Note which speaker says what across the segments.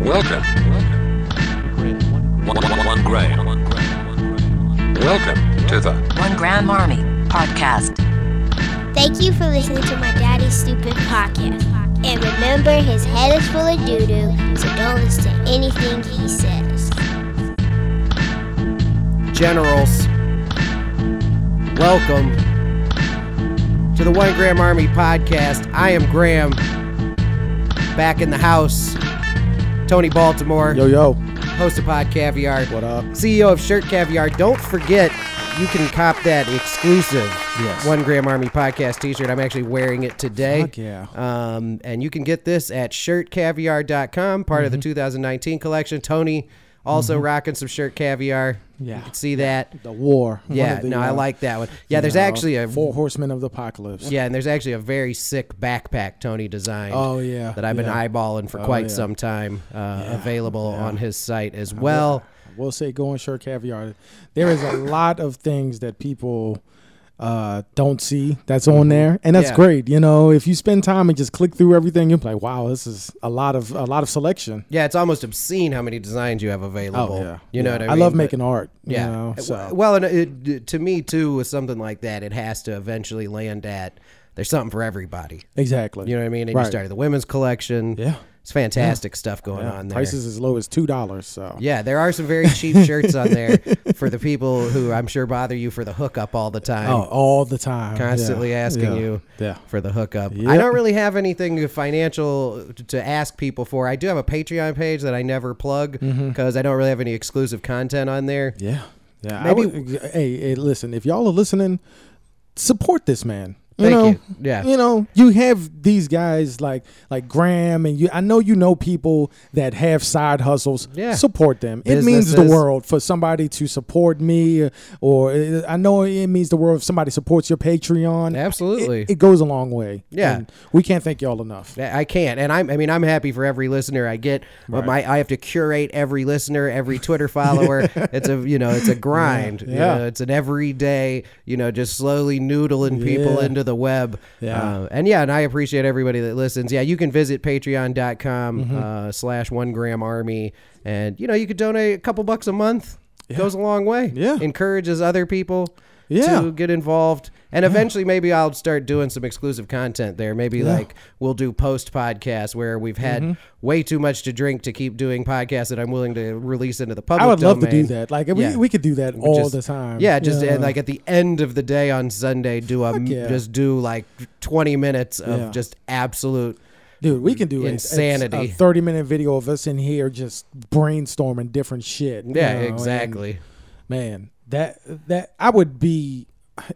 Speaker 1: Welcome. One, one, one grain. Welcome to the
Speaker 2: One Gram Army Podcast.
Speaker 3: Thank you for listening to my daddy's stupid podcast. And remember, his head is full of doo doo, so don't listen to anything he says.
Speaker 4: generals. Welcome to the One Graham Army podcast. I am Graham, back in the house. Tony Baltimore,
Speaker 5: Yo, yo.
Speaker 4: host of Pod Caviar,
Speaker 5: What up?
Speaker 4: CEO of Shirt Caviar. Don't forget, you can cop that exclusive
Speaker 5: Yes.
Speaker 4: One Graham Army podcast t shirt. I'm actually wearing it today.
Speaker 5: Fuck yeah.
Speaker 4: Um, and you can get this at shirtcaviar.com, part
Speaker 5: Mm-hmm.
Speaker 4: of the 2019 collection. Tony also rocking some Shirt Caviar.
Speaker 5: Yeah.
Speaker 4: You can see that.
Speaker 5: The war. One
Speaker 4: Yeah,
Speaker 5: of the,
Speaker 4: no, I
Speaker 5: uh,
Speaker 4: like that one. Yeah, there's
Speaker 5: uh,
Speaker 4: actually a
Speaker 5: four horsemen of the apocalypse.
Speaker 4: yeah, and there's actually a very sick backpack Tony designed.
Speaker 5: Oh, yeah,
Speaker 4: that I've been
Speaker 5: yeah. Oh,
Speaker 4: eyeballing for quite
Speaker 5: yeah.
Speaker 4: some time. Uh, Available on his site as well.
Speaker 5: We'll say go on shirt caviar. There is a lot of things that people uh, don't see that's on there, and that's
Speaker 4: Yeah.
Speaker 5: great. You know, if you spend time and just click through everything, you're like, wow, this is a lot of a lot of selection.
Speaker 4: Yeah, it's almost obscene how many designs you have available.
Speaker 5: Oh yeah,
Speaker 4: you know
Speaker 5: Yeah.
Speaker 4: what I mean.
Speaker 5: I love
Speaker 4: But-
Speaker 5: making art.
Speaker 4: Yeah.
Speaker 5: you know, so.
Speaker 4: Well, and it, to me too, with something like that, it has to eventually land at there's something for everybody.
Speaker 5: exactly.
Speaker 4: You know what I mean? And
Speaker 5: Right.
Speaker 4: you started the women's collection.
Speaker 5: Yeah.
Speaker 4: it's fantastic stuff going
Speaker 5: Yeah.
Speaker 4: on there.
Speaker 5: Prices as low as two dollars. So
Speaker 4: Yeah, there are some very cheap shirts on there for the people who I'm sure bother you for the hookup all the time.
Speaker 5: Oh, all the time. Yeah.
Speaker 4: Constantly asking
Speaker 5: Yeah.
Speaker 4: you
Speaker 5: Yeah.
Speaker 4: for the hookup. I
Speaker 5: Yep.
Speaker 4: don't really have anything financial t- to ask people for. I do have a Patreon page that I never plug because
Speaker 5: Mm-hmm.
Speaker 4: I don't really have any exclusive content on there.
Speaker 5: Yeah. Yeah.
Speaker 4: Maybe-
Speaker 5: Maybe. hey, hey, listen, if y'all are listening, support this man. You
Speaker 4: Thank
Speaker 5: know,
Speaker 4: you. Yeah.
Speaker 5: You know, you have these guys like like Graham and you I know you know people that have side hustles.
Speaker 4: Yeah.
Speaker 5: Support them. It means the
Speaker 4: Businesses.
Speaker 5: world for somebody to support me or uh, I know it means the world if somebody supports your Patreon. It-
Speaker 4: Absolutely.
Speaker 5: It, goes a long way.
Speaker 4: Yeah.
Speaker 5: And we can't thank y'all enough.
Speaker 4: I can't, and I'm. I mean, I'm happy for every listener I get, but my I have to curate every listener, every Twitter follower. it's a you know, it's a grind. you
Speaker 5: yeah.
Speaker 4: know, it's an everyday you know, just slowly noodling people
Speaker 5: Yeah.
Speaker 4: into the web.
Speaker 5: Yeah.
Speaker 4: Uh, and yeah, and I appreciate everybody that listens. Yeah, you can visit Patreon.com
Speaker 5: Mm-hmm.
Speaker 4: uh, slash One Gram Army, and you know, you could donate a couple bucks a month. Goes a long way.
Speaker 5: Yeah.
Speaker 4: encourages other people.
Speaker 5: Yeah.
Speaker 4: To get involved. And eventually, maybe I'll start doing some exclusive content there. Maybe like we'll do post podcasts where we've had
Speaker 5: Mm-hmm.
Speaker 4: way too much to drink to keep doing podcasts that I'm willing to release into the public.
Speaker 5: I would love to do
Speaker 4: domain.
Speaker 5: that. Like we,
Speaker 4: Yeah.
Speaker 5: we could do that all
Speaker 4: Just-
Speaker 5: the time.
Speaker 4: Yeah, just
Speaker 5: Yeah.
Speaker 4: And like at the end of the day on Sunday, do a
Speaker 5: yeah.
Speaker 4: just do like 20 minutes of
Speaker 5: Yeah.
Speaker 4: just absolute.
Speaker 5: Dude, we can do it. It's
Speaker 4: Insanity.
Speaker 5: A thirty minute video of us in here just brainstorming different shit. you
Speaker 4: Yeah,
Speaker 5: know, and,
Speaker 4: exactly.
Speaker 5: man, that that I would be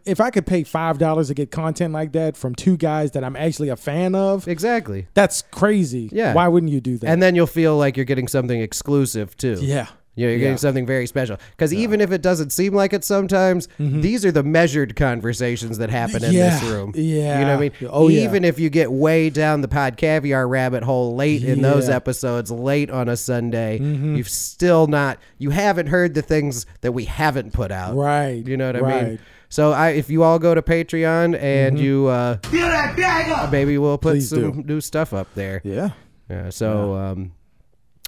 Speaker 5: if I could pay five dollars to get content like that from two guys that I'm actually a fan of.
Speaker 4: Exactly.
Speaker 5: That's crazy.
Speaker 4: Yeah.
Speaker 5: Why wouldn't you do that?
Speaker 4: And then you'll feel like you're getting something exclusive too.
Speaker 5: yeah.
Speaker 4: You know, you're
Speaker 5: Yeah.
Speaker 4: getting something very special. Because even if it doesn't seem like it sometimes, these are the measured conversations that happen in this
Speaker 5: Mm-hmm. Yeah.
Speaker 4: room.
Speaker 5: Yeah.
Speaker 4: You know what I mean?
Speaker 5: Oh, yeah.
Speaker 4: even if you get way down the pod caviar rabbit hole late in those
Speaker 5: Yeah. Mm-hmm.
Speaker 4: episodes, late on a Sunday, you've still not, you haven't heard the things that we haven't put out.
Speaker 5: Right.
Speaker 4: You know what I mean?
Speaker 5: Right. Mm-hmm.
Speaker 4: So I, if you all go to Patreon and you, uh, maybe we'll put
Speaker 5: Please
Speaker 4: some
Speaker 5: do.
Speaker 4: new stuff up there.
Speaker 5: Yeah.
Speaker 4: Yeah, so um,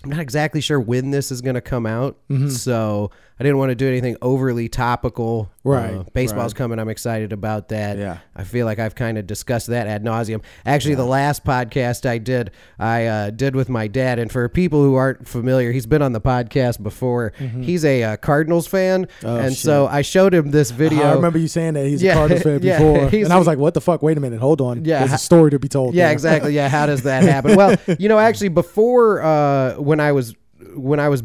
Speaker 4: I'm not exactly sure when this is going to come out.
Speaker 5: Mm-hmm.
Speaker 4: So I didn't want to do anything overly topical. Uh,
Speaker 5: Right,
Speaker 4: baseball's
Speaker 5: right.
Speaker 4: coming. I'm excited about that.
Speaker 5: Yeah.
Speaker 4: I feel like I've kind of discussed that ad nauseum. Actually, the last podcast I did, I uh, did with my dad. And for people who aren't familiar, he's been on the podcast before.
Speaker 5: Mm-hmm.
Speaker 4: He's a uh, Cardinals fan. and so I showed him this video.
Speaker 5: Oh, I remember you saying that he's
Speaker 4: Yeah,
Speaker 5: a Cardinals fan
Speaker 4: yeah,
Speaker 5: before,
Speaker 4: he's-
Speaker 5: and I was like, "What the fuck? Wait a minute, hold on.
Speaker 4: Yeah.
Speaker 5: There's a story to be told."
Speaker 4: Yeah,
Speaker 5: there.
Speaker 4: exactly. Yeah, how does that happen? Well, you know, actually, before uh, when I was when I was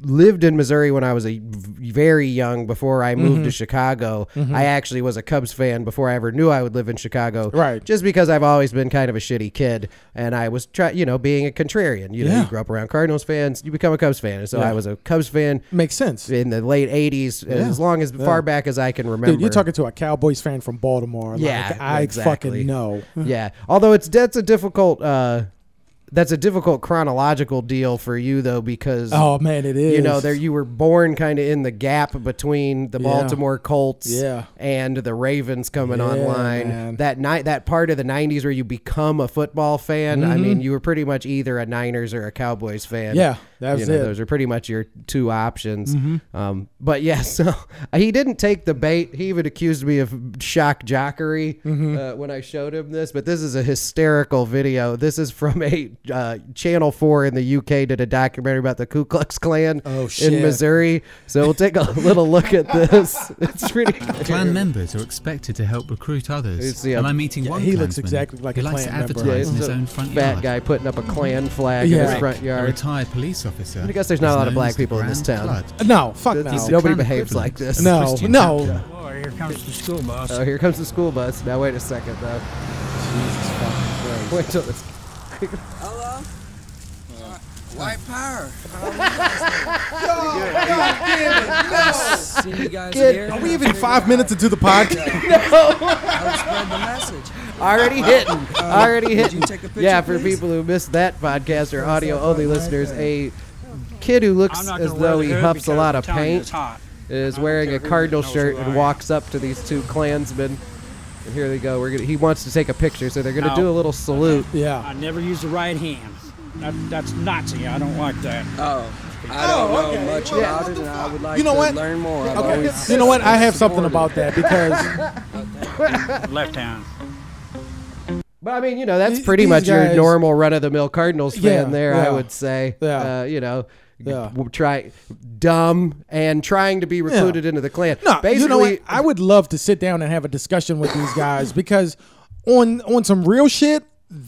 Speaker 4: lived in Missouri when I was a v- very young before I moved
Speaker 5: Mm-hmm.
Speaker 4: to Chicago, I actually was a Cubs fan before I ever knew I would live in Chicago.
Speaker 5: Right.
Speaker 4: Just because I've always been kind of a shitty kid, and I was try you know being a contrarian. You know,
Speaker 5: Yeah.
Speaker 4: you grow up around Cardinals fans, you become a Cubs fan, and so I was a Cubs fan.
Speaker 5: Makes sense.
Speaker 4: In the late '80s, as long as far back as I can remember,
Speaker 5: Dude, you're talking to a Cowboys fan from Baltimore.
Speaker 4: Yeah,
Speaker 5: like, I
Speaker 4: exactly.
Speaker 5: fucking know.
Speaker 4: yeah. Although it's that's a difficult uh that's a difficult chronological deal for you though because
Speaker 5: Oh man, it is.
Speaker 4: you know there you were born kind of in the gap between the Baltimore Colts
Speaker 5: Yeah.
Speaker 4: and the Ravens coming
Speaker 5: Yeah,
Speaker 4: online
Speaker 5: man.
Speaker 4: that night that part of the 90s where you become a football fan I mean you were pretty much either a Niners or a Cowboys fan
Speaker 5: Mm-hmm. Yeah, that
Speaker 4: you
Speaker 5: was
Speaker 4: know,
Speaker 5: it.
Speaker 4: those are pretty much your two options
Speaker 5: Mm-hmm.
Speaker 4: um, but yeah so he didn't take the bait he even accused me of shock jockery
Speaker 5: Mm-hmm.
Speaker 4: uh, when I showed him this but this is a hysterical video this is from a uh, channel 4 in the UK did a documentary about the Ku Klux Klan
Speaker 5: Oh,
Speaker 4: in
Speaker 5: shit.
Speaker 4: Missouri. So we'll take a little look at this. It's pretty.
Speaker 1: Clan members are expected to help recruit others.
Speaker 4: It's the-
Speaker 1: and I'm eating one
Speaker 5: he looks
Speaker 1: Klansman
Speaker 5: exactly like
Speaker 1: who
Speaker 5: a
Speaker 1: likes to
Speaker 5: Klan member.
Speaker 4: Yeah,
Speaker 1: advertise
Speaker 4: it's
Speaker 1: in his
Speaker 4: a
Speaker 1: own front
Speaker 4: fat
Speaker 1: yard.
Speaker 4: guy putting up a Klan flag in his
Speaker 5: Yeah.
Speaker 4: front
Speaker 1: A
Speaker 4: yard.
Speaker 1: retired police officer.
Speaker 4: I guess there's not a lot of
Speaker 1: is
Speaker 4: black
Speaker 1: known as
Speaker 4: people in
Speaker 1: the
Speaker 4: this
Speaker 1: Grand
Speaker 4: town.
Speaker 1: Flood.
Speaker 5: no, fuck no.
Speaker 4: He's- nobody
Speaker 1: Klan
Speaker 4: behaves
Speaker 1: equivalent
Speaker 4: like this.
Speaker 1: of the
Speaker 5: No,
Speaker 1: Christian
Speaker 5: no.
Speaker 1: chapter.
Speaker 6: Oh, here comes the school bus.
Speaker 4: Oh, here comes the school bus. Now wait a second, though. Wait till this.
Speaker 7: White power. See you guys here.
Speaker 5: Are we even five minutes into the podcast?
Speaker 7: I'll spread the message.
Speaker 4: Already hitting. Already
Speaker 7: would
Speaker 4: hitting.
Speaker 7: Uh, you take a picture,
Speaker 4: Yeah, for
Speaker 7: please?
Speaker 4: people who missed that podcast or audio only listeners, a kid who looks
Speaker 6: not
Speaker 4: as
Speaker 6: gonna wear
Speaker 4: though
Speaker 6: the
Speaker 4: he
Speaker 6: hood
Speaker 4: huffs a
Speaker 6: because
Speaker 4: lot
Speaker 6: I'm
Speaker 4: of
Speaker 6: telling you
Speaker 4: paint.
Speaker 6: It's hot.
Speaker 4: is
Speaker 6: I don't
Speaker 4: wearing
Speaker 6: care
Speaker 4: a
Speaker 6: who
Speaker 4: Cardinal
Speaker 6: knows
Speaker 4: shirt
Speaker 6: who
Speaker 4: and
Speaker 6: I am.
Speaker 4: walks up to these two Klansmen. And here they go. We're gonna. He wants to take a picture, so they're gonna
Speaker 6: No.
Speaker 4: do a little salute.
Speaker 5: Yeah.
Speaker 6: I never use the right hand. That, that's Nazi. I don't like that.
Speaker 7: Oh, I don't know much
Speaker 5: Yeah.
Speaker 7: about it, and I would like
Speaker 5: You know
Speaker 7: to
Speaker 5: what?
Speaker 7: learn more. I've
Speaker 5: Okay.
Speaker 7: always
Speaker 5: You know what? I have something about that because
Speaker 6: Left hand.
Speaker 4: But I mean, you know, that's
Speaker 5: Th-
Speaker 4: pretty
Speaker 5: these
Speaker 4: much your
Speaker 5: guys-
Speaker 4: normal run of the mill Cardinals fan.
Speaker 5: Yeah,
Speaker 4: there, I
Speaker 5: yeah.
Speaker 4: would say.
Speaker 5: Yeah.
Speaker 4: Uh, you know.
Speaker 5: Yeah.
Speaker 4: w- Try dumb and trying to be recruited into the Klan.
Speaker 5: no,
Speaker 4: basically,
Speaker 5: you know what? I would love to sit down and have a discussion with these guys because on on some real shit,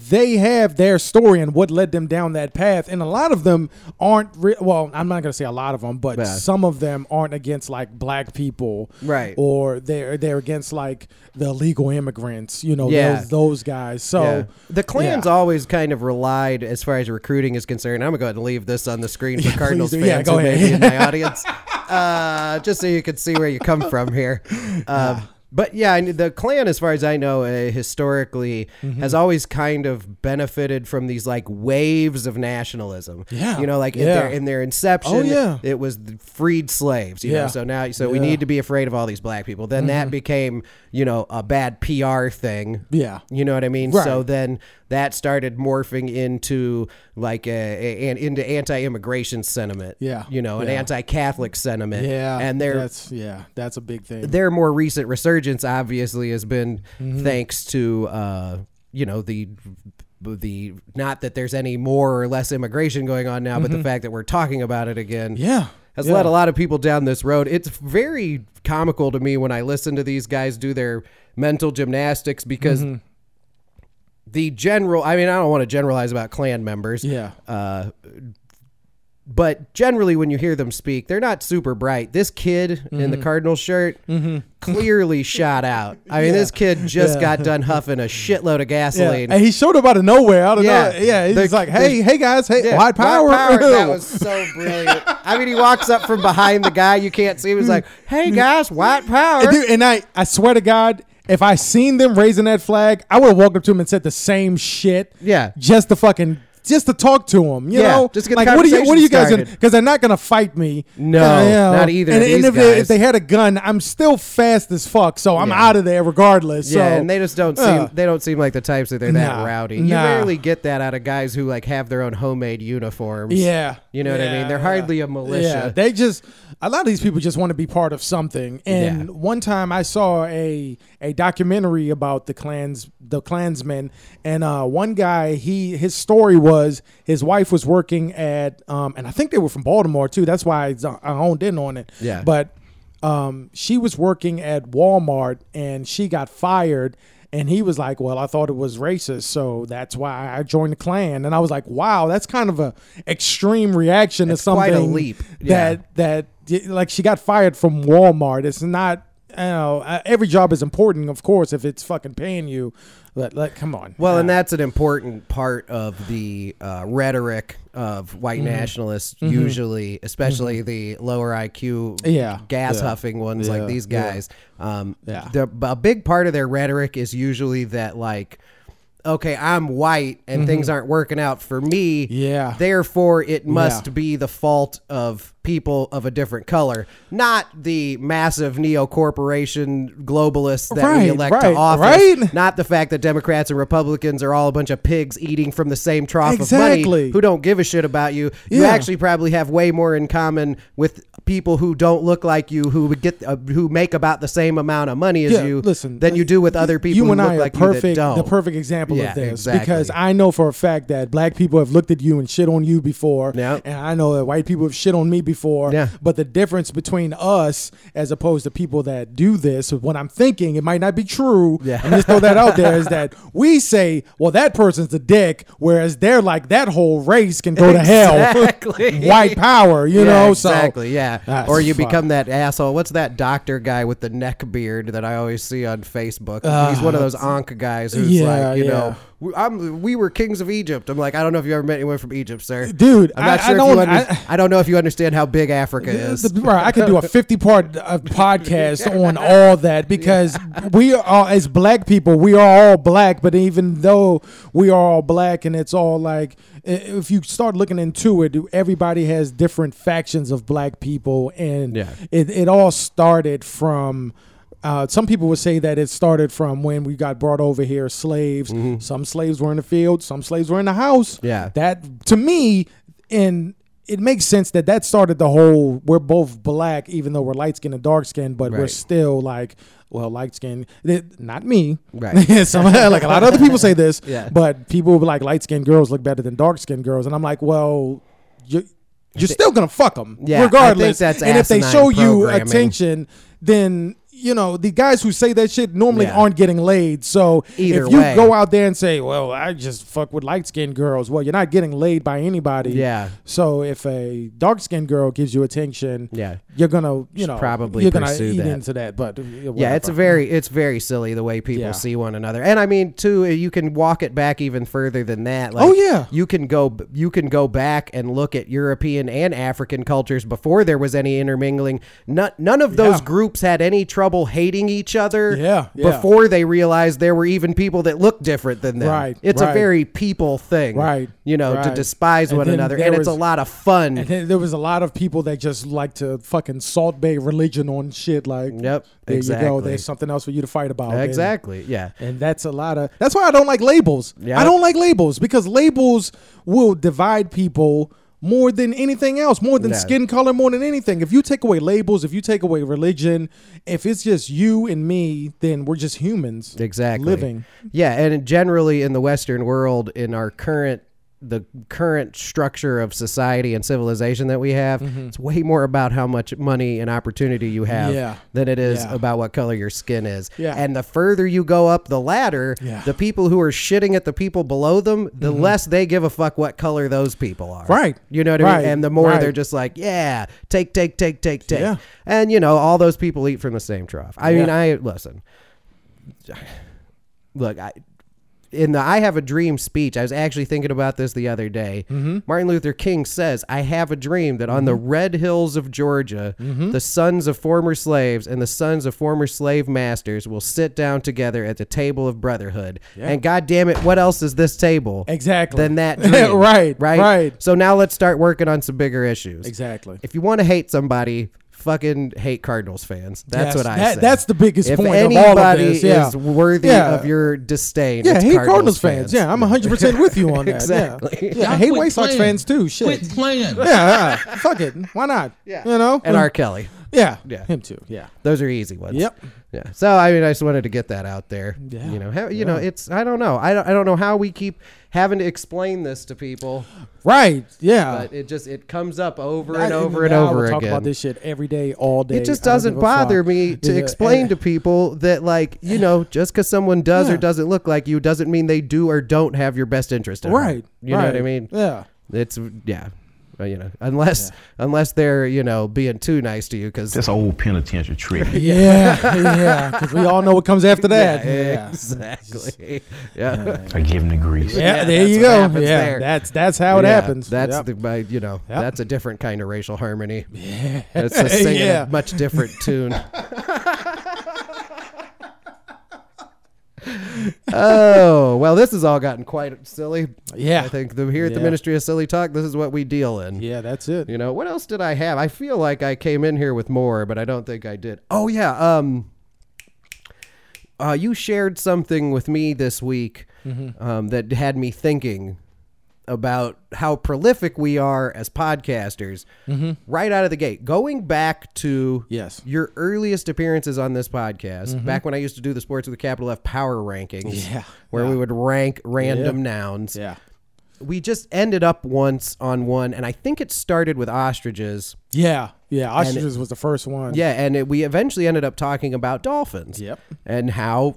Speaker 5: they have their story and what led them down that path, and a lot of them aren't. Re- well, I'm not gonna say a lot of them, but
Speaker 4: Yeah.
Speaker 5: some of them aren't against like black people,
Speaker 4: Right.
Speaker 5: Or they're they're against like the illegal immigrants, you know,
Speaker 4: Yeah.
Speaker 5: those, those guys. So
Speaker 4: Yeah. The Klan's
Speaker 5: yeah.
Speaker 4: always kind of relied, as far as recruiting is concerned. I'm going to go ahead and leave this on the screen for
Speaker 5: please
Speaker 4: Cardinals
Speaker 5: do.
Speaker 4: fans
Speaker 5: Yeah, go
Speaker 4: who may
Speaker 5: ahead.
Speaker 4: be in my audience, uh, just so you can see where you come from here. Um, But yeah, I kn- the Klan, as far as I know, uh, historically
Speaker 5: Mm-hmm.
Speaker 4: has always kind of benefited from these like waves of nationalism.
Speaker 5: Yeah.
Speaker 4: you know, like in,
Speaker 5: Yeah.
Speaker 4: their, in their inception,
Speaker 5: Oh, yeah.
Speaker 4: it was the freed slaves. You know,
Speaker 5: Yeah.
Speaker 4: so now so we
Speaker 5: Yeah. Mm-hmm.
Speaker 4: need to be afraid of all these black people. Then that became you know a bad PR thing.
Speaker 5: Yeah.
Speaker 4: You know what I mean? So
Speaker 5: Right.
Speaker 4: then that started morphing into like a, a- and into anti-immigration sentiment.
Speaker 5: Yeah.
Speaker 4: You know, an
Speaker 5: Yeah.
Speaker 4: anti-Catholic sentiment.
Speaker 5: yeah,
Speaker 4: And their
Speaker 5: that's yeah, that's a big thing.
Speaker 4: their more recent resurgence obviously has been
Speaker 5: Mm-hmm.
Speaker 4: thanks to uh, you know the the not that there's any more or less immigration going on now, but the fact that we're talking about it again
Speaker 5: Mm-hmm. Yeah.
Speaker 4: has
Speaker 5: yeah.
Speaker 4: led a lot of people down this road. It's very comical to me when I listen to these guys do their mental gymnastics because
Speaker 5: Mm-hmm.
Speaker 4: the general, I mean, I don't want to generalize about Klan members,
Speaker 5: Yeah.
Speaker 4: Uh, but generally when you hear them speak, they're not super bright. This kid in
Speaker 5: Mm-hmm.
Speaker 4: the Cardinal shirt clearly shot out. I mean, this kid just got done huffing a shitload of
Speaker 5: Yeah.
Speaker 4: gasoline.
Speaker 5: And he showed up out of nowhere. Out of
Speaker 4: Yeah.
Speaker 5: yeah, yeah. He's
Speaker 4: The-
Speaker 5: just like, hey,
Speaker 4: the-
Speaker 5: hey guys, hey,
Speaker 4: Yeah,
Speaker 5: wide power.
Speaker 4: That was so brilliant. I mean, he walks up from behind the guy you can't see. He was like, "Hey guys, white power."
Speaker 5: Dude, and I, I swear to God, if I seen them raising that flag, I would have walked up to him and said the same shit.
Speaker 4: Yeah.
Speaker 5: Just to fucking, just to talk to him. You
Speaker 4: Yeah,
Speaker 5: know,
Speaker 4: just to get the
Speaker 5: like what are you, what are you guys
Speaker 4: conversation
Speaker 5: gonna? Because they're not gonna fight me.
Speaker 4: No,
Speaker 5: Yeah.
Speaker 4: not either of
Speaker 5: And,
Speaker 4: these
Speaker 5: and if, They,
Speaker 4: guys.
Speaker 5: if they had a gun, I'm still fast as fuck, so I'm out of there regardless.
Speaker 4: Yeah,
Speaker 5: so,
Speaker 4: and they just don't
Speaker 5: uh,
Speaker 4: seem they don't seem like the types that they're that
Speaker 5: Nah,
Speaker 4: rowdy. You
Speaker 5: nah.
Speaker 4: rarely get that out of guys who like have their own homemade uniforms.
Speaker 5: Yeah.
Speaker 4: You know what I
Speaker 5: Yeah,
Speaker 4: mean? They're
Speaker 5: yeah.
Speaker 4: hardly a
Speaker 5: Yeah,
Speaker 4: militia.
Speaker 5: they just a lot of these people just want to be part of something. And
Speaker 4: Yeah.
Speaker 5: one time I saw a a documentary about the clans the Klansmen, and uh, one guy he his story was his wife was working at um, and I think they were from Baltimore too. That's why I, I honed in on it.
Speaker 4: Yeah.
Speaker 5: but um, she was working at Walmart and she got fired. And he was like, "Well, I thought it was racist, so that's why I joined the Klan." And I was like, "Wow, that's kind of a extreme reaction to
Speaker 4: quite
Speaker 5: something
Speaker 4: a leap. Yeah.
Speaker 5: that that like she got fired from Walmart. It's not you know uh, every job is important, of course, if it's fucking paying you. But like, come on.
Speaker 4: well, and that's an important part of the uh, rhetoric of white
Speaker 5: Mm-hmm.
Speaker 4: nationalists, usually, especially the lower IQ,
Speaker 5: Yeah.
Speaker 4: gas
Speaker 5: Yeah.
Speaker 4: huffing ones like
Speaker 5: Yeah.
Speaker 4: these
Speaker 5: Yeah.
Speaker 4: guys. Um,
Speaker 5: Yeah.
Speaker 4: the- a big part of their rhetoric is usually that, like, okay, I'm white and things aren't working out for me.
Speaker 5: Mm-hmm. Yeah.
Speaker 4: Therefore, it must
Speaker 5: Yeah.
Speaker 4: be the fault of people of a different color, not the massive neo corporation globalists that we
Speaker 5: Right,
Speaker 4: elect to
Speaker 5: right,
Speaker 4: office.
Speaker 5: right.
Speaker 4: Not the fact that Democrats and Republicans are all a bunch of pigs eating from the same trough of money
Speaker 5: Exactly.
Speaker 4: who don't give a shit about you. You
Speaker 5: Yeah.
Speaker 4: actually probably have way more in common with people who don't look like you who would get uh, who make about the same amount of money as
Speaker 5: Yeah,
Speaker 4: you
Speaker 5: listen,
Speaker 4: than you do with other people
Speaker 5: you
Speaker 4: who
Speaker 5: and
Speaker 4: look
Speaker 5: I are
Speaker 4: like
Speaker 5: perfect,
Speaker 4: you that don't.
Speaker 5: The perfect example
Speaker 4: Yeah,
Speaker 5: of this
Speaker 4: exactly.
Speaker 5: because I know for a fact that black people have looked at you and shit on you before,
Speaker 4: Yep.
Speaker 5: and I know that white people have shit on me before.
Speaker 4: Yeah.
Speaker 5: But the difference between us as opposed to people that do this, what I'm thinking, it might not be true.
Speaker 4: Yeah.
Speaker 5: I'm just throw that out there is that we say, well, that person's a dick, whereas they're like that whole race can go to
Speaker 4: Exactly.
Speaker 5: hell. white power, you
Speaker 4: Yeah,
Speaker 5: know. So-
Speaker 4: exactly, yeah.
Speaker 5: Ah,
Speaker 4: or you
Speaker 5: fuck.
Speaker 4: become that asshole. What's that doctor guy with the neck beard that I always see on Facebook? He's one of those onk guys who's
Speaker 5: Uh, Yeah,
Speaker 4: like, you know,
Speaker 5: yeah.
Speaker 4: "We- I'm, we were kings of Egypt. I'm like, I don't know if you ever met anyone from Egypt, sir.
Speaker 5: Dude,
Speaker 4: I'm not
Speaker 5: I- I
Speaker 4: sure. if
Speaker 5: don't-
Speaker 4: you under-
Speaker 5: I-
Speaker 4: I don't know if you understand how big Africa is.
Speaker 5: The- bro, I could do a 50 part uh, podcast on all that because we are, as black people, we are all black, but even though we are all black and it's all like, i- if you start looking into it, everybody has different factions of black people. And
Speaker 4: Yeah.
Speaker 5: it, it all started from. Uh, some people would say that it started from when we got brought over here as slaves. Some slaves were in the field, some slaves were in the house.
Speaker 4: Mm-hmm. Yeah.
Speaker 5: That to me, and it makes sense that that started the whole we're both black, even though we're light skinned and dark skinned, but we're
Speaker 4: Right.
Speaker 5: still like, well, light skinned, not me.
Speaker 4: Right.
Speaker 5: Some, like a lot of other people say this,
Speaker 4: Yeah.
Speaker 5: but people will be like, light skinned girls look better than dark skinned girls. And I'm like, well, you you're still gonna fuck them,
Speaker 4: Yeah, I think
Speaker 5: regardless.
Speaker 4: that's
Speaker 5: and if they
Speaker 4: asinine
Speaker 5: show you
Speaker 4: programming.
Speaker 5: attention, then you know the guys who say that shit normally
Speaker 4: Yeah.
Speaker 5: aren't getting laid. So
Speaker 4: Either
Speaker 5: if you
Speaker 4: way.
Speaker 5: go out there and say, "Well, I just fuck with light skinned girls," well, you're not getting laid by anybody.
Speaker 4: Yeah.
Speaker 5: So if a dark skinned girl gives you attention,
Speaker 4: Yeah.
Speaker 5: you're gonna you know
Speaker 4: probably
Speaker 5: you're gonna
Speaker 4: pursue
Speaker 5: eat
Speaker 4: that.
Speaker 5: into that. But uh,
Speaker 4: Yeah, it's
Speaker 5: whatever.
Speaker 4: a very it's very silly the way people
Speaker 5: Yeah.
Speaker 4: see one another. And I mean, too, uh, you can walk it back even further than that. Like,
Speaker 5: Oh, yeah.
Speaker 4: you can go you can go back and look at European and African cultures before there was any intermingling. None, none of those
Speaker 5: Yeah.
Speaker 4: groups had any trouble hating each other.
Speaker 5: Yeah, yeah.
Speaker 4: before they realized there were even people that looked different than them.
Speaker 5: Right,
Speaker 4: it's a
Speaker 5: right.
Speaker 4: very people thing.
Speaker 5: Right,
Speaker 4: you know, to
Speaker 5: right.
Speaker 4: despise
Speaker 5: And
Speaker 4: one
Speaker 5: then
Speaker 4: another,
Speaker 5: there
Speaker 4: and
Speaker 5: was-
Speaker 4: it's a lot of fun.
Speaker 5: And then there was a lot of people that just like to fucking salt bay religion on shit. Like,
Speaker 4: Yep,
Speaker 5: there you go.
Speaker 4: exactly.
Speaker 5: There's something else for you to fight about. And-
Speaker 4: exactly. Yeah.
Speaker 5: And that's a lot of. That's why I don't like labels.
Speaker 4: Yeah.
Speaker 5: I don't like labels because labels will divide people more than anything else, more than
Speaker 4: Yeah.
Speaker 5: skin color, more than anything. If you take away labels, if you take away religion, if it's just you and me, then we're just humans.
Speaker 4: exactly
Speaker 5: Living.
Speaker 4: yeah and generally in the western world in our current the current structure of society and civilization that we have
Speaker 5: Mm-hmm.
Speaker 4: it's way more about how much money and opportunity you have
Speaker 5: Yeah.
Speaker 4: than it is
Speaker 5: Yeah.
Speaker 4: about what color your skin is
Speaker 5: Yeah.
Speaker 4: and the further you go up the ladder
Speaker 5: Yeah. Mm-hmm.
Speaker 4: the people who are shitting at the people below them the less they give a fuck what color those people are
Speaker 5: Right.
Speaker 4: you know what i
Speaker 5: Right.
Speaker 4: mean and the more
Speaker 5: Right.
Speaker 4: they're just like yeah take take take take take
Speaker 5: Yeah.
Speaker 4: and you know all those people eat from the same trough i mean
Speaker 5: Yeah.
Speaker 4: i listen look, I in the I have a dream speech, I was actually thinking about this the other day.
Speaker 5: Mm-hmm.
Speaker 4: Martin Luther King says, I have a dream that on the red hills of Georgia,
Speaker 5: Mm-hmm.
Speaker 4: the sons of former slaves and the sons of former slave masters will sit down together at the table of brotherhood. And god damn it, what else is this table?
Speaker 5: Exactly.
Speaker 4: Than that dream.
Speaker 5: Right,
Speaker 4: Right.
Speaker 5: right.
Speaker 4: So now let's start working on some bigger issues.
Speaker 5: Exactly.
Speaker 4: If you want to hate somebody, fucking hate Cardinals fans. That's
Speaker 5: Yes,
Speaker 4: what I
Speaker 5: that-
Speaker 4: say.
Speaker 5: that's the biggest
Speaker 4: if
Speaker 5: point of
Speaker 4: anybody
Speaker 5: all of this, yeah.
Speaker 4: is worthy
Speaker 5: Yeah.
Speaker 4: of your disdain.
Speaker 5: Yeah,
Speaker 4: it's
Speaker 5: hate Cardinals, fans. Yeah, I'm 100 percent with you on that.
Speaker 4: Exactly.
Speaker 5: Yeah, yeah I hate White Sox fans too. Shit. Quit playing. Yeah, yeah. fuck it. Why not? Yeah. You know.
Speaker 4: and R. Kelly.
Speaker 5: yeah.
Speaker 4: Yeah.
Speaker 5: Him too. Yeah.
Speaker 4: Those are easy ones.
Speaker 5: Yep.
Speaker 4: Yeah. So I mean, I just wanted to get that out there.
Speaker 5: Yeah.
Speaker 4: You know, how, you know, it's I don't know. I don't, I don't know how we keep having to explain this to people,
Speaker 5: Right. Yeah.
Speaker 4: but it just it comes up over
Speaker 5: I-
Speaker 4: and over and
Speaker 5: now I
Speaker 4: over
Speaker 5: would
Speaker 4: again.
Speaker 5: talk about this shit every day, all day.
Speaker 4: it just
Speaker 5: I don't
Speaker 4: doesn't
Speaker 5: give a
Speaker 4: bother
Speaker 5: fuck.
Speaker 4: me to
Speaker 5: Yeah,
Speaker 4: explain
Speaker 5: and-
Speaker 4: to people that like you know just because someone does or
Speaker 5: Yeah.
Speaker 4: doesn't look like you doesn't mean they do or don't have your best interest in
Speaker 5: Right.
Speaker 4: you know what i
Speaker 5: right.
Speaker 4: mean
Speaker 5: Yeah.
Speaker 4: it's yeah Uh, you know unless unless they're you know being too nice to you because
Speaker 8: That's an old penitentiary trick.
Speaker 5: Yeah. yeah. Because we all know what comes after that. Yeah.
Speaker 4: exactly yeah
Speaker 8: I give him the grease.
Speaker 5: Yeah,
Speaker 4: Yeah,
Speaker 5: there
Speaker 4: that's
Speaker 5: you
Speaker 4: what
Speaker 5: go.
Speaker 4: happens
Speaker 5: yeah,
Speaker 4: there.
Speaker 5: that's that's how it
Speaker 4: Yeah,
Speaker 5: happens.
Speaker 4: That's
Speaker 5: Yep.
Speaker 4: the my, you know
Speaker 5: Yep.
Speaker 4: that's a different kind of racial harmony. Yeah, it's a singing
Speaker 5: Yeah.
Speaker 4: a much different tune. oh well, this has all gotten quite silly.
Speaker 5: Yeah.
Speaker 4: I think the, here at the
Speaker 5: Yeah.
Speaker 4: Ministry of Silly Talk, this is what we deal in.
Speaker 5: Yeah, that's it.
Speaker 4: You know what else did I have? I feel like I came in here with more, but I don't think I did. Oh yeah, um, uh, you shared something with me this week
Speaker 5: Mm-hmm.
Speaker 4: um, that had me thinking about how prolific we are as podcasters right out of the gate. Going back to
Speaker 5: Mm-hmm. Yes. Mm-hmm.
Speaker 4: your earliest appearances on this podcast, back when I used to do the Sports with a Capital F Power Rankings,
Speaker 5: Yeah.
Speaker 4: where we would rank random nouns
Speaker 5: Yeah.
Speaker 4: we just ended up once on one, and I think it started with ostriches.
Speaker 5: Yeah. Yeah. Ostriches was the first one.
Speaker 4: Yeah, and it, we eventually ended up talking about dolphins.
Speaker 5: Yep.
Speaker 4: And how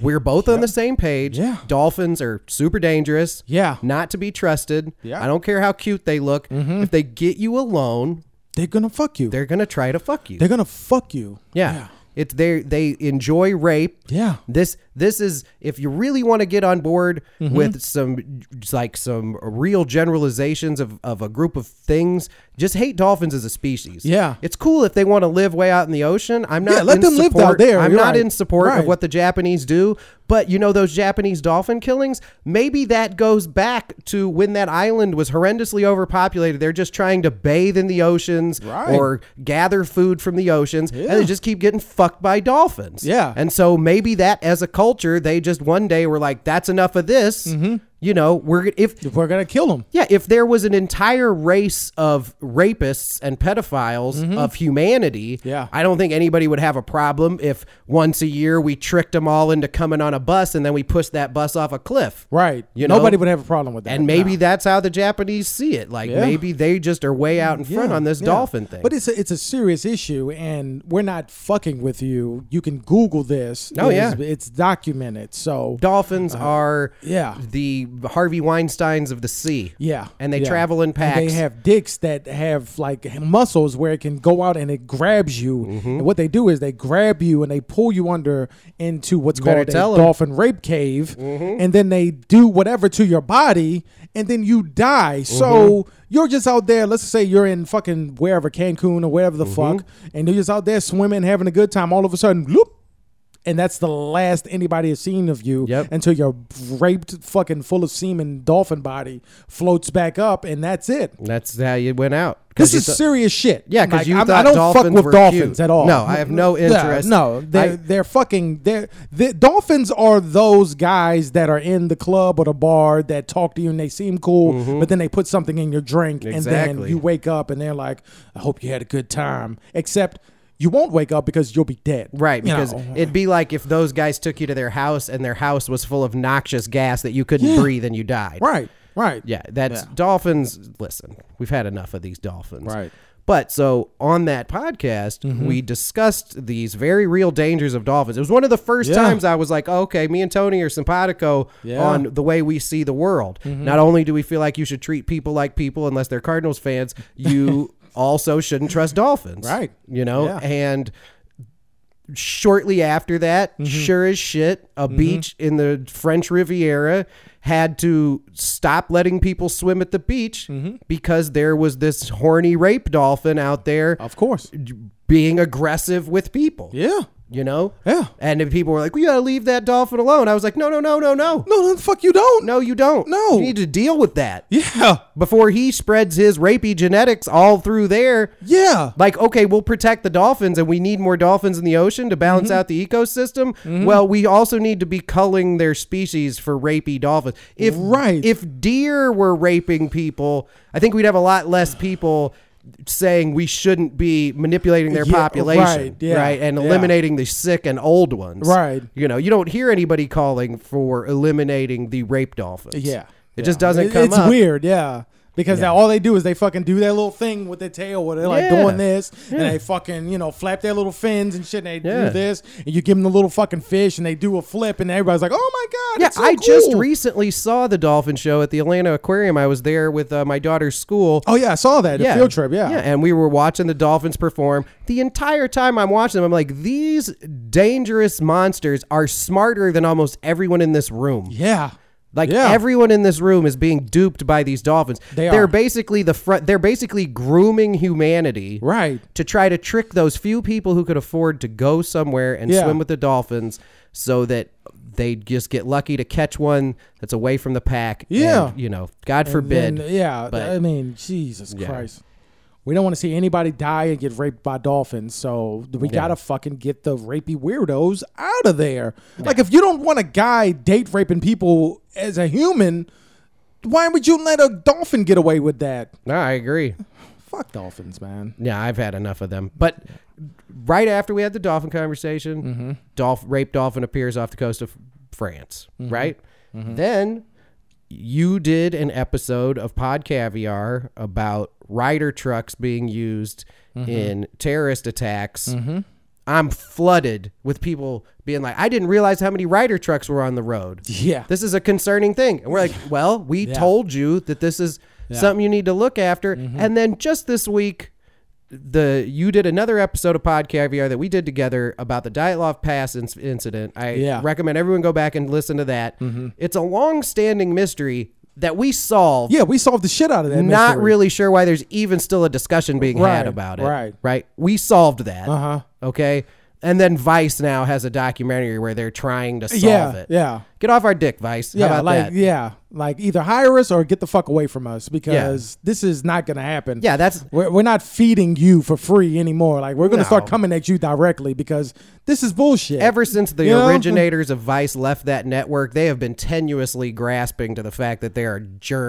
Speaker 4: we're both on the same page.
Speaker 5: Yeah.
Speaker 4: Dolphins are super dangerous.
Speaker 5: Yeah.
Speaker 4: Not to be trusted.
Speaker 5: Yeah. Mm-hmm.
Speaker 4: I don't care how cute they look. If they get you alone,
Speaker 5: They're gonna fuck you. They're,
Speaker 4: they're gonna try to fuck you.
Speaker 5: gonna fuck you.
Speaker 4: yeah. It's they they enjoy rape.
Speaker 5: Yeah.
Speaker 4: This this is if you really want to get on board
Speaker 5: Mm-hmm.
Speaker 4: with some like some real generalizations of, of a group of things, just hate dolphins as a species.
Speaker 5: Yeah.
Speaker 4: It's cool if they want to live way out in the ocean. I'm not
Speaker 5: Yeah, let
Speaker 4: in
Speaker 5: them live down
Speaker 4: support-
Speaker 5: there.
Speaker 4: I'm
Speaker 5: You're
Speaker 4: not
Speaker 5: right.
Speaker 4: in support of
Speaker 5: Right.
Speaker 4: what the Japanese do, but you know those Japanese dolphin killings, maybe that goes back to when that island was horrendously overpopulated. They're just trying to bathe in the oceans
Speaker 5: Right.
Speaker 4: or gather food from the oceans and
Speaker 5: Yeah.
Speaker 4: they just keep getting fucked by dolphins.
Speaker 5: Yeah.
Speaker 4: And so maybe that as a culture, they just one day were like, that's enough of this.
Speaker 5: Mm-hmm.
Speaker 4: You know, we're g- if
Speaker 5: We're gonna kill them.
Speaker 4: yeah, if there was an entire race of rapists and pedophiles of humanity,
Speaker 5: Mm-hmm. Yeah.
Speaker 4: I don't think anybody would have a problem if once a year we tricked them all into coming on a bus and then we pushed that bus off a cliff.
Speaker 5: Right.
Speaker 4: You
Speaker 5: Nobody
Speaker 4: know?
Speaker 5: would have a problem with that.
Speaker 4: And maybe
Speaker 5: No.
Speaker 4: that's how the Japanese see it. Like
Speaker 5: Yeah.
Speaker 4: maybe they just are way out in front
Speaker 5: Yeah,
Speaker 4: on this
Speaker 5: yeah.
Speaker 4: dolphin thing.
Speaker 5: But it's a, it's a serious issue, and we're not fucking with you. You can Google this.
Speaker 4: Oh, yeah.
Speaker 5: it's, it's documented. So
Speaker 4: dolphins are
Speaker 5: Uh, yeah.
Speaker 4: the Harvey Weinsteins of the sea.
Speaker 5: yeah,
Speaker 4: And they
Speaker 5: yeah.
Speaker 4: travel in
Speaker 5: And
Speaker 4: packs.
Speaker 5: they have dicks that have like muscles where it can go out and it grabs you.
Speaker 4: Mm-hmm.
Speaker 5: And what they do is they grab you and they pull you under into what's
Speaker 4: better
Speaker 5: called a
Speaker 4: tell 'em. Mm-hmm.
Speaker 5: dolphin rape cave, and then they do whatever to your body, and then you die.
Speaker 4: Mm-hmm.
Speaker 5: So you're just out there. Let's say you're in fucking wherever Cancun or wherever the
Speaker 4: Mm-hmm.
Speaker 5: fuck, and you're just out there swimming, having a good time. All of a sudden, bloop, and that's the last anybody has seen of you
Speaker 4: Yep.
Speaker 5: until your raped fucking full of semen dolphin body floats back up and that's it
Speaker 4: That's how you went out. 'Cause
Speaker 5: this
Speaker 4: you
Speaker 5: is
Speaker 4: thought-
Speaker 5: serious shit
Speaker 4: Yeah, 'cause you
Speaker 5: I'm-
Speaker 4: thought
Speaker 5: i don't
Speaker 4: dolphins
Speaker 5: fuck with
Speaker 4: were
Speaker 5: dolphins
Speaker 4: cute.
Speaker 5: at all
Speaker 4: No, I have no
Speaker 5: Yeah,
Speaker 4: interest.
Speaker 5: no they're,
Speaker 4: I-
Speaker 5: they're fucking they're, they dolphins are those guys that are in the club or the bar that talk to you and they seem cool but then they put something in your drink and then
Speaker 4: Mm-hmm. Exactly.
Speaker 5: you wake up and they're like i hope you had a good time except you won't wake up because you'll be dead
Speaker 4: Right,
Speaker 5: You
Speaker 4: because
Speaker 5: know?
Speaker 4: it'd be like if those guys took you to their house and their house was full of noxious gas that you couldn't breathe and you died.
Speaker 5: Right, right.
Speaker 4: Yeah, that's dolphins. Listen, we've had enough of these dolphins.
Speaker 5: Right. Mm-hmm.
Speaker 4: But so on that podcast, we discussed these very real dangers of dolphins. It was one of the first
Speaker 5: Yeah.
Speaker 4: times I was like, "Oh, okay, me and Tony are simpatico
Speaker 5: Yeah. Mm-hmm.
Speaker 4: on the way we see the world. Not only do we feel like you should treat people like people unless they're Cardinals fans, you also shouldn't trust dolphins.
Speaker 5: Right.
Speaker 4: You know,
Speaker 5: Yeah.
Speaker 4: and shortly after that,
Speaker 5: Mm-hmm.
Speaker 4: sure as shit, a beach in the French Riviera had to stop letting people swim at the beach
Speaker 5: Mm-hmm.
Speaker 4: because there was this horny rape dolphin out there
Speaker 5: Of course.
Speaker 4: being aggressive with people.
Speaker 5: Oh. Yeah.
Speaker 4: You know?
Speaker 5: Yeah.
Speaker 4: And if people were like, we gotta leave that dolphin alone. I was like, no, no, no, no, no.
Speaker 5: No, no, fuck you don't.
Speaker 4: No, you don't.
Speaker 5: No.
Speaker 4: You need to deal with that.
Speaker 5: Yeah.
Speaker 4: Before he spreads his rapey genetics all through there.
Speaker 5: Yeah.
Speaker 4: Like, okay, we'll protect the dolphins and we need more dolphins in the ocean to balance
Speaker 5: Mm-hmm.
Speaker 4: out the ecosystem. Well, we also need to be culling their species for rapey dolphins. If
Speaker 5: Right.
Speaker 4: if deer were raping people, I think we'd have a lot less people saying we shouldn't be manipulating their
Speaker 5: Yeah,
Speaker 4: population
Speaker 5: right, yeah,
Speaker 4: right? and
Speaker 5: yeah.
Speaker 4: eliminating the sick and old ones
Speaker 5: Right.
Speaker 4: you know you don't hear anybody calling for eliminating the rape dolphins
Speaker 5: Yeah.
Speaker 4: it just doesn't
Speaker 5: It-
Speaker 4: come
Speaker 5: It's
Speaker 4: up.
Speaker 5: weird, yeah. Because now all they do is they fucking do their little thing with their tail where they're like
Speaker 4: Yeah.
Speaker 5: doing this and they fucking, you know, flap their little fins and shit and they
Speaker 4: Yeah.
Speaker 5: do this and you give them the little fucking fish and they do a flip and everybody's like, oh my God.
Speaker 4: Yeah,
Speaker 5: it's so
Speaker 4: I just
Speaker 5: cool."
Speaker 4: recently saw the dolphin show at the Atlanta Aquarium. I was there with uh, my daughter's school.
Speaker 5: Oh, yeah. I saw that. The field trip, yeah.
Speaker 4: Yeah, and we were watching the dolphins perform. The entire time I'm watching them, I'm like, these dangerous monsters are smarter than almost everyone in this room.
Speaker 5: yeah.
Speaker 4: Like
Speaker 5: Yeah.
Speaker 4: everyone in this room is being duped by these dolphins.
Speaker 5: They
Speaker 4: are
Speaker 5: are.
Speaker 4: basically the front. They're basically grooming humanity,
Speaker 5: Right.
Speaker 4: to try to trick those few people who could afford to go somewhere and
Speaker 5: Yeah.
Speaker 4: swim with the dolphins, so that they just get lucky to catch one that's away from the pack. and,
Speaker 5: Yeah.
Speaker 4: you know, God
Speaker 5: And
Speaker 4: forbid.
Speaker 5: then- yeah,
Speaker 4: but-
Speaker 5: I mean, Jesus
Speaker 4: Yeah.
Speaker 5: Christ. We don't want to see anybody die and get raped by dolphins, so we gotta fucking get the rapey weirdos out of there. Like, if you don't want a guy date raping people as a human, why would you let a dolphin get away with that?
Speaker 4: No, I agree.
Speaker 5: Fuck dolphins, man.
Speaker 4: Yeah, I've had enough of them. But right after we had the dolphin conversation, dolph- rape dolphin appears off the coast of France, right? Then you did an episode of Pod Caviar about rider trucks being used in terrorist attacks. I'm flooded with people being like, I didn't realize how many rider trucks were on the road.
Speaker 5: Yeah.
Speaker 4: This is a concerning thing. And we're like, well, we told you that this is something you need to look after.
Speaker 5: Mm-hmm.
Speaker 4: And then just this week, the you did another episode of Pod Caviar that we did together about the Dyatlov Pass inc- incident. I
Speaker 5: Yeah. Mm-hmm.
Speaker 4: recommend everyone go back and listen to that. It's a long-standing mystery that we solved.
Speaker 5: Yeah, we solved the shit out of that.
Speaker 4: Not
Speaker 5: mystery.
Speaker 4: really sure why there's even still a discussion being
Speaker 5: Right,
Speaker 4: had about it.
Speaker 5: right.
Speaker 4: Right. We solved that.
Speaker 5: Uh-huh.
Speaker 4: Okay. And then Vice now has a documentary where they're trying to solve
Speaker 5: Yeah,
Speaker 4: it.
Speaker 5: yeah.
Speaker 4: Get off our dick, Vice. How
Speaker 5: Yeah,
Speaker 4: about
Speaker 5: like
Speaker 4: that?
Speaker 5: yeah, like either hire us or get the fuck away from us because this is not gonna happen.
Speaker 4: Yeah, that's-
Speaker 5: we're, we're not feeding you for free anymore. Like we're gonna start
Speaker 4: No.
Speaker 5: coming at you directly because this is bullshit.
Speaker 4: Ever since the
Speaker 5: You know?
Speaker 4: originators of Vice left that network, they have been tenuously grasping to the fact that they are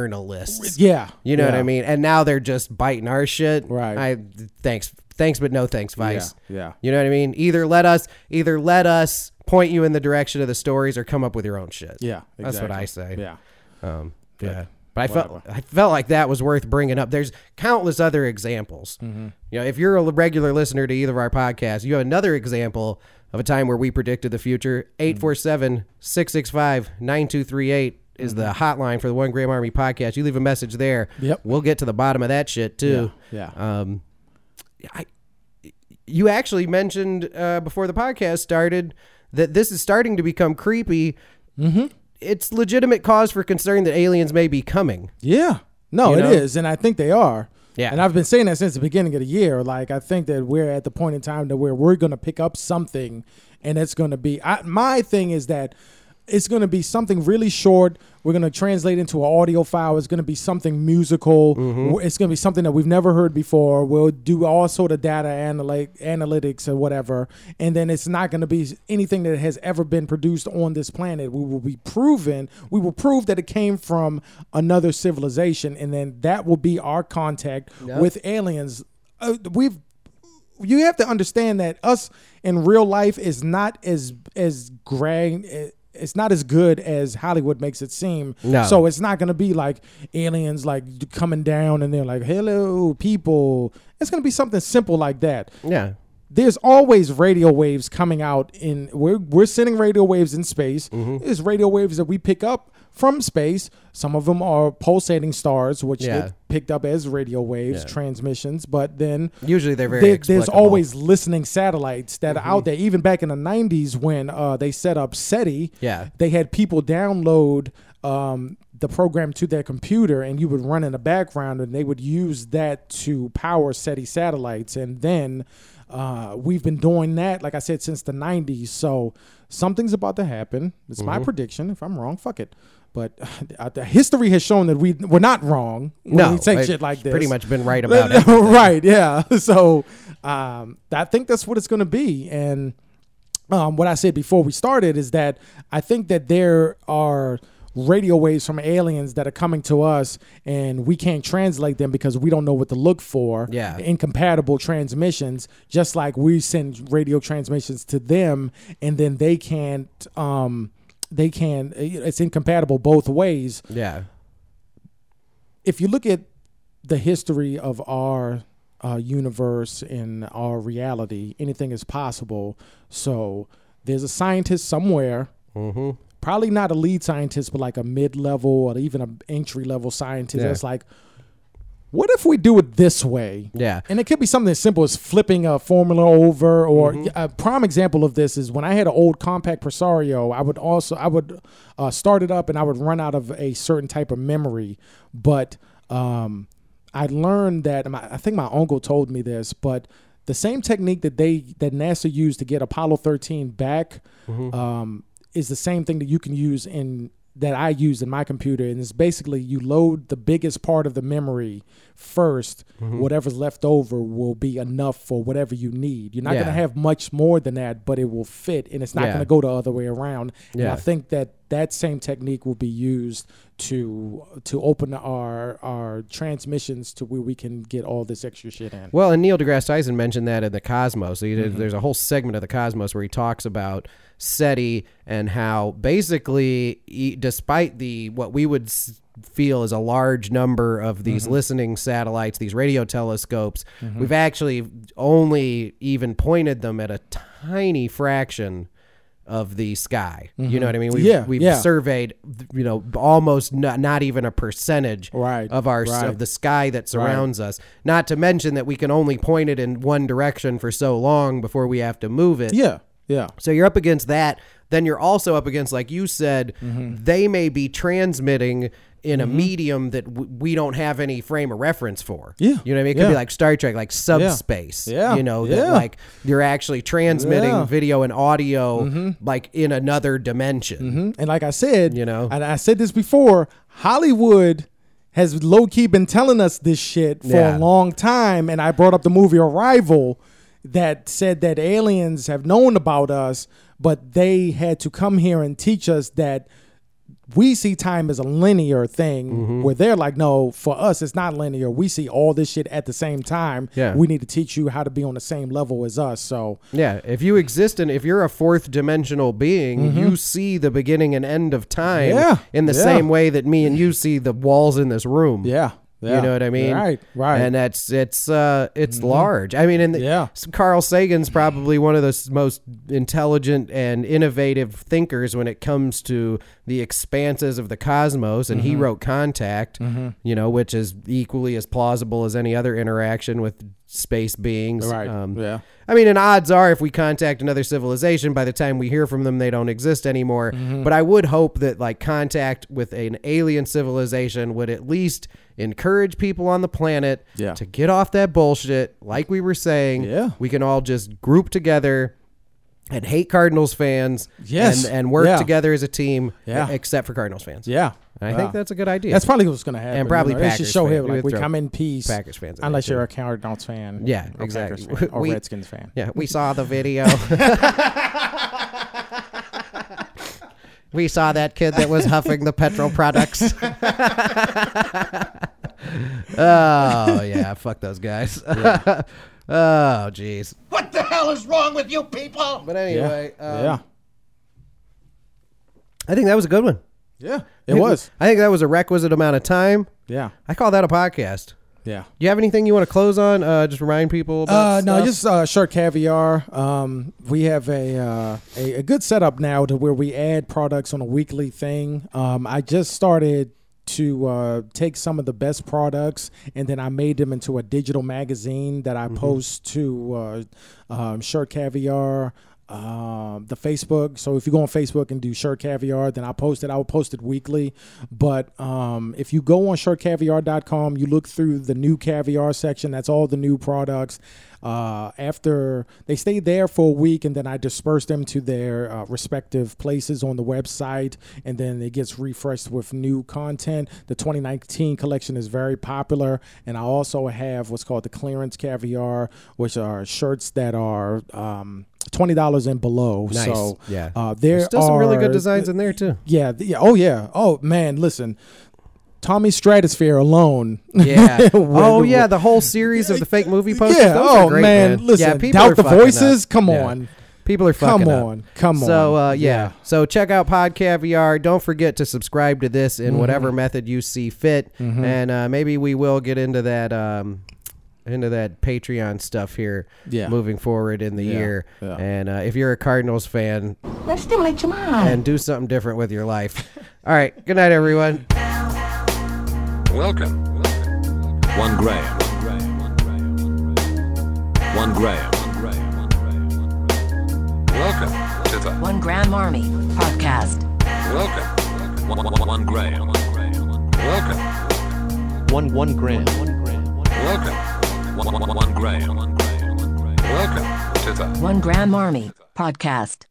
Speaker 4: journalists.
Speaker 5: yeah,
Speaker 4: You know what
Speaker 5: yeah.
Speaker 4: I mean? And now they're just biting our shit.
Speaker 5: Right.
Speaker 4: I thanks. Thanks, but no thanks, Vice.
Speaker 5: Yeah, yeah.
Speaker 4: You know what I mean? Either let us either let us point you in the direction of the stories or come up with your own shit.
Speaker 5: Yeah,
Speaker 4: That's what
Speaker 5: exactly.
Speaker 4: I say.
Speaker 5: Yeah,
Speaker 4: Yeah. But I felt I felt like that was worth bringing up. There's countless other examples. You know, if you're a regular listener to either of our podcasts, you have another example of a time where we predicted the future. 847-665-9238 is the hotline for the One Gram Army podcast. You leave a message there.
Speaker 5: Yep.
Speaker 4: We'll get to the bottom of that shit too.
Speaker 5: yeah.
Speaker 4: Um I you actually mentioned uh, before the podcast started that this is starting to become creepy. It's legitimate cause for concern that aliens may be coming.
Speaker 5: Yeah. No,
Speaker 4: You
Speaker 5: it is,
Speaker 4: know?
Speaker 5: And I think they are.
Speaker 4: Yeah.
Speaker 5: And I've been saying that since the beginning of the year. Like, I think that we're at the point in time that where we're going to pick up something and it's going to be. I, my thing is that it's going to be something really short. We're going to translate into an audio file. It's going to be something musical.
Speaker 4: Mm-hmm.
Speaker 5: W- It's going to be something that we've never heard before. We'll do all sort of data analy- analytics or whatever. And then it's not going to be anything that has ever been produced on this planet. We will be proven, we will prove that it came from another civilization. And then that will be our contact with aliens. Uh, we've you have to understand that us in real life is not as as grand it's not as good as Hollywood makes it seem.
Speaker 4: No.
Speaker 5: So it's not gonna be like aliens like coming down and they're like, "Hello, people." It's gonna be something simple like that.
Speaker 4: Yeah.
Speaker 5: There's always radio waves coming out in we're we're sending radio waves in space.
Speaker 4: Mm-hmm.
Speaker 5: There's radio waves that we pick up from space. Some of them are pulsating stars, which
Speaker 4: Yeah.
Speaker 5: get picked up as radio waves transmissions. But then
Speaker 4: Usually they're very
Speaker 5: there- there's
Speaker 4: explicable.
Speaker 5: always listening satellites that are out there. Even back in the '90s, when uh, they set up SETI,
Speaker 4: Yeah.
Speaker 5: they had people download um, the program to their computer, and you would run in the background, and they would use that to power SETI satellites. And then uh, we've been doing that, like I said, since the '90s. So something's about to happen. It's my prediction. If I'm wrong, fuck it. But uh, the history has shown that we we're not wrong when
Speaker 4: No,
Speaker 5: we take
Speaker 4: I've
Speaker 5: shit like this.
Speaker 4: pretty much been right about
Speaker 5: it, right? Yeah. So um, I think that's what it's going to be, and um, what I said before we started is that I think that there are radio waves from aliens that are coming to us and we can't translate them because we don't know what to look for
Speaker 4: Yeah.
Speaker 5: incompatible transmissions just like we send radio transmissions to them and then they can't um they can it's incompatible both ways
Speaker 4: Yeah.
Speaker 5: if you look at the history of our uh, universe and our reality, anything is possible. So there's a scientist somewhere, probably not a lead scientist, but like a mid level or even an entry level scientist that's like, what if we do it this way?
Speaker 4: Yeah.
Speaker 5: And it could be something as simple as flipping a formula over, or a prime example of this is when I had an old compact Presario, I would also I would uh, start it up and I would run out of a certain type of memory, but um, I learned that my, I think my uncle told me this, but the same technique that they that NASA used to get Apollo 13 back um, is the same thing that you can use in that I use in my computer, and it's basically you load the biggest part of the memory 1st
Speaker 4: Mm-hmm.
Speaker 5: Whatever's left over will be enough for whatever you need. You're not
Speaker 4: Yeah.
Speaker 5: gonna have much more than that, but it will fit, and it's not
Speaker 4: Yeah.
Speaker 5: gonna go the other way around. And
Speaker 4: Yeah.
Speaker 5: I think that that same technique will be used to to open our our transmissions to where we can get all this extra shit in.
Speaker 4: Well, and Neil deGrasse Tyson mentioned that in the Cosmos. He
Speaker 5: Mm-hmm.
Speaker 4: did, There's a whole segment of the Cosmos where he talks about SETI and how basically, e- despite the what we would s- feel is a large number of these
Speaker 5: Mm-hmm.
Speaker 4: listening satellites, these radio telescopes, we've actually only even pointed them at a tiny fraction of the sky. You know what I mean? We've,
Speaker 5: Mm-hmm. Yeah,
Speaker 4: we've
Speaker 5: yeah.
Speaker 4: surveyed, you know, almost not, not even a percentage
Speaker 5: Right,
Speaker 4: of our
Speaker 5: right.
Speaker 4: of the sky that surrounds us. Not to mention that we can only point it in one direction for so long before we have to move it.
Speaker 5: Yeah, yeah.
Speaker 4: So you're up against that. Then you're also up against, like you said,
Speaker 5: Mm-hmm.
Speaker 4: they may be transmitting in a medium that w- we don't have any frame of reference for.
Speaker 5: Yeah.
Speaker 4: You know what I mean? It could be
Speaker 5: Yeah.
Speaker 4: like Star Trek, like subspace.
Speaker 5: Yeah.
Speaker 4: You know, that
Speaker 5: Yeah.
Speaker 4: like you're actually transmitting
Speaker 5: Yeah. Mm-hmm.
Speaker 4: video and audio like in another dimension.
Speaker 5: And like I said,
Speaker 4: You know?
Speaker 5: and I said this before, Hollywood has low key been telling us this shit for
Speaker 4: Yeah.
Speaker 5: a long time. And I brought up the movie Arrival that said that aliens have known about us, but they had to come here and teach us that we see time as a linear thing
Speaker 4: Mm-hmm.
Speaker 5: where they're like, no, for us, it's not linear. We see all this shit at the same time.
Speaker 4: Yeah.
Speaker 5: We need to teach you how to be on the same level as us. So,
Speaker 4: Yeah, if you exist in, if you're a fourth dimensional being, you see the beginning and end of time
Speaker 5: Mm-hmm. Yeah,
Speaker 4: in the
Speaker 5: yeah.
Speaker 4: same way that me and you see the walls in this room.
Speaker 5: yeah. yeah.
Speaker 4: You know what I mean?
Speaker 5: Right, right. Mm-hmm.
Speaker 4: And that's it's uh it's large. I mean, and the,
Speaker 5: Yeah.
Speaker 4: Carl Sagan's probably one of the s- most intelligent and innovative thinkers when it comes to the expanses of the cosmos, and he
Speaker 5: Mm-hmm.
Speaker 4: wrote Contact, you know, which is equally as plausible as any other interaction with space beings. Um,
Speaker 5: Right, yeah.
Speaker 4: I mean, and odds are if we contact another civilization, by the time we hear from them, they don't exist anymore.
Speaker 5: Mm-hmm.
Speaker 4: But I would hope that like contact with an alien civilization would at least encourage people on the planet
Speaker 5: Yeah.
Speaker 4: to get off that bullshit. Like we were saying,
Speaker 5: Yeah.
Speaker 4: we can all just group together and hate Cardinals fans
Speaker 5: Yes.
Speaker 4: and, and work
Speaker 5: Yeah.
Speaker 4: together as a team,
Speaker 5: Yeah.
Speaker 4: except for Cardinals fans.
Speaker 5: Yeah,
Speaker 4: I
Speaker 5: yeah.
Speaker 4: think that's a good idea.
Speaker 5: That's probably what's going to happen.
Speaker 4: And probably
Speaker 5: they should
Speaker 4: Packers
Speaker 5: show
Speaker 4: fan.
Speaker 5: him
Speaker 4: We
Speaker 5: like
Speaker 4: would
Speaker 5: we
Speaker 4: throw
Speaker 5: come in peace.
Speaker 4: Packers fans in
Speaker 5: unless
Speaker 4: there,
Speaker 5: you're
Speaker 4: too.
Speaker 5: a Cardinals fan.
Speaker 4: Yeah,
Speaker 5: or
Speaker 4: exactly.
Speaker 5: Packers fan, or
Speaker 4: We-
Speaker 5: Redskins fan.
Speaker 4: Yeah, we saw the video. we saw that kid that was huffing the petrol products. oh yeah, fuck those guys. oh jeez. What the hell is wrong with you people? But anyway, um,
Speaker 5: yeah,
Speaker 4: I think that was a good one.
Speaker 5: yeah. It was.
Speaker 4: I think that was a requisite amount of time.
Speaker 5: Yeah,
Speaker 4: I call that a podcast.
Speaker 5: yeah.
Speaker 4: Do you have anything you want to close on? Uh, just remind people. About
Speaker 5: Uh, no,
Speaker 4: stuff?
Speaker 5: just uh, short caviar. Um, we have a, uh, a a good setup now to where we add products on a weekly thing. Um, I just started to uh, take some of the best products and then I made them into a digital magazine that I
Speaker 4: Mm-hmm.
Speaker 5: post to uh, um, short caviar. Um, the Facebook. So if you go on Facebook and do Shirt Caviar, then I post it. I will post it weekly. But um, if you go on shirtcaviar.com, you look through the new caviar section. That's all the new products. Uh, after they stay there for a week, and then I disperse them to their uh, respective places on the website, and then it gets refreshed with new content. The 2019 collection is very popular, and I also have what's called the clearance caviar, which are shirts that are. Um, Twenty dollars and below.
Speaker 4: Nice.
Speaker 5: So
Speaker 4: Yeah.
Speaker 5: uh, there
Speaker 4: There's still some really good
Speaker 5: are-
Speaker 4: designs in there too.
Speaker 5: Yeah, th- yeah. Oh yeah. Oh man, listen. Tommy Stratosphere alone.
Speaker 4: Yeah.
Speaker 5: Where-
Speaker 4: oh yeah, the whole series of the fake movie posters.
Speaker 5: Yeah.
Speaker 4: Those
Speaker 5: Oh
Speaker 4: are great,
Speaker 5: man.
Speaker 4: man.
Speaker 5: Listen.
Speaker 4: Yeah, people are
Speaker 5: doubt the
Speaker 4: fucking
Speaker 5: voices.
Speaker 4: up.
Speaker 5: Come
Speaker 4: Yeah.
Speaker 5: on.
Speaker 4: People are
Speaker 5: Come
Speaker 4: fucking up.
Speaker 5: on. Come
Speaker 4: So
Speaker 5: on.
Speaker 4: uh, yeah.
Speaker 5: Yeah.
Speaker 4: So check out Pod Caviar. Don't forget to subscribe to this in
Speaker 5: Mm-hmm.
Speaker 4: whatever method you see fit, and uh, maybe we will get into that um, into that Patreon stuff here
Speaker 5: Yeah.
Speaker 4: moving forward in the year.
Speaker 5: Yeah.
Speaker 4: And uh, if you're a Cardinals fan, let's stimulate your mind and do something different with your life. All right. Good night, everyone.
Speaker 9: Welcome. One gram. One gram. Welcome to the.
Speaker 2: One Gram Army Podcast.
Speaker 9: Welcome. One, one, one gram. Welcome.
Speaker 10: One one gram.
Speaker 9: Welcome. One, one, one gram. Welcome to the.
Speaker 2: One Gram Army Podcast.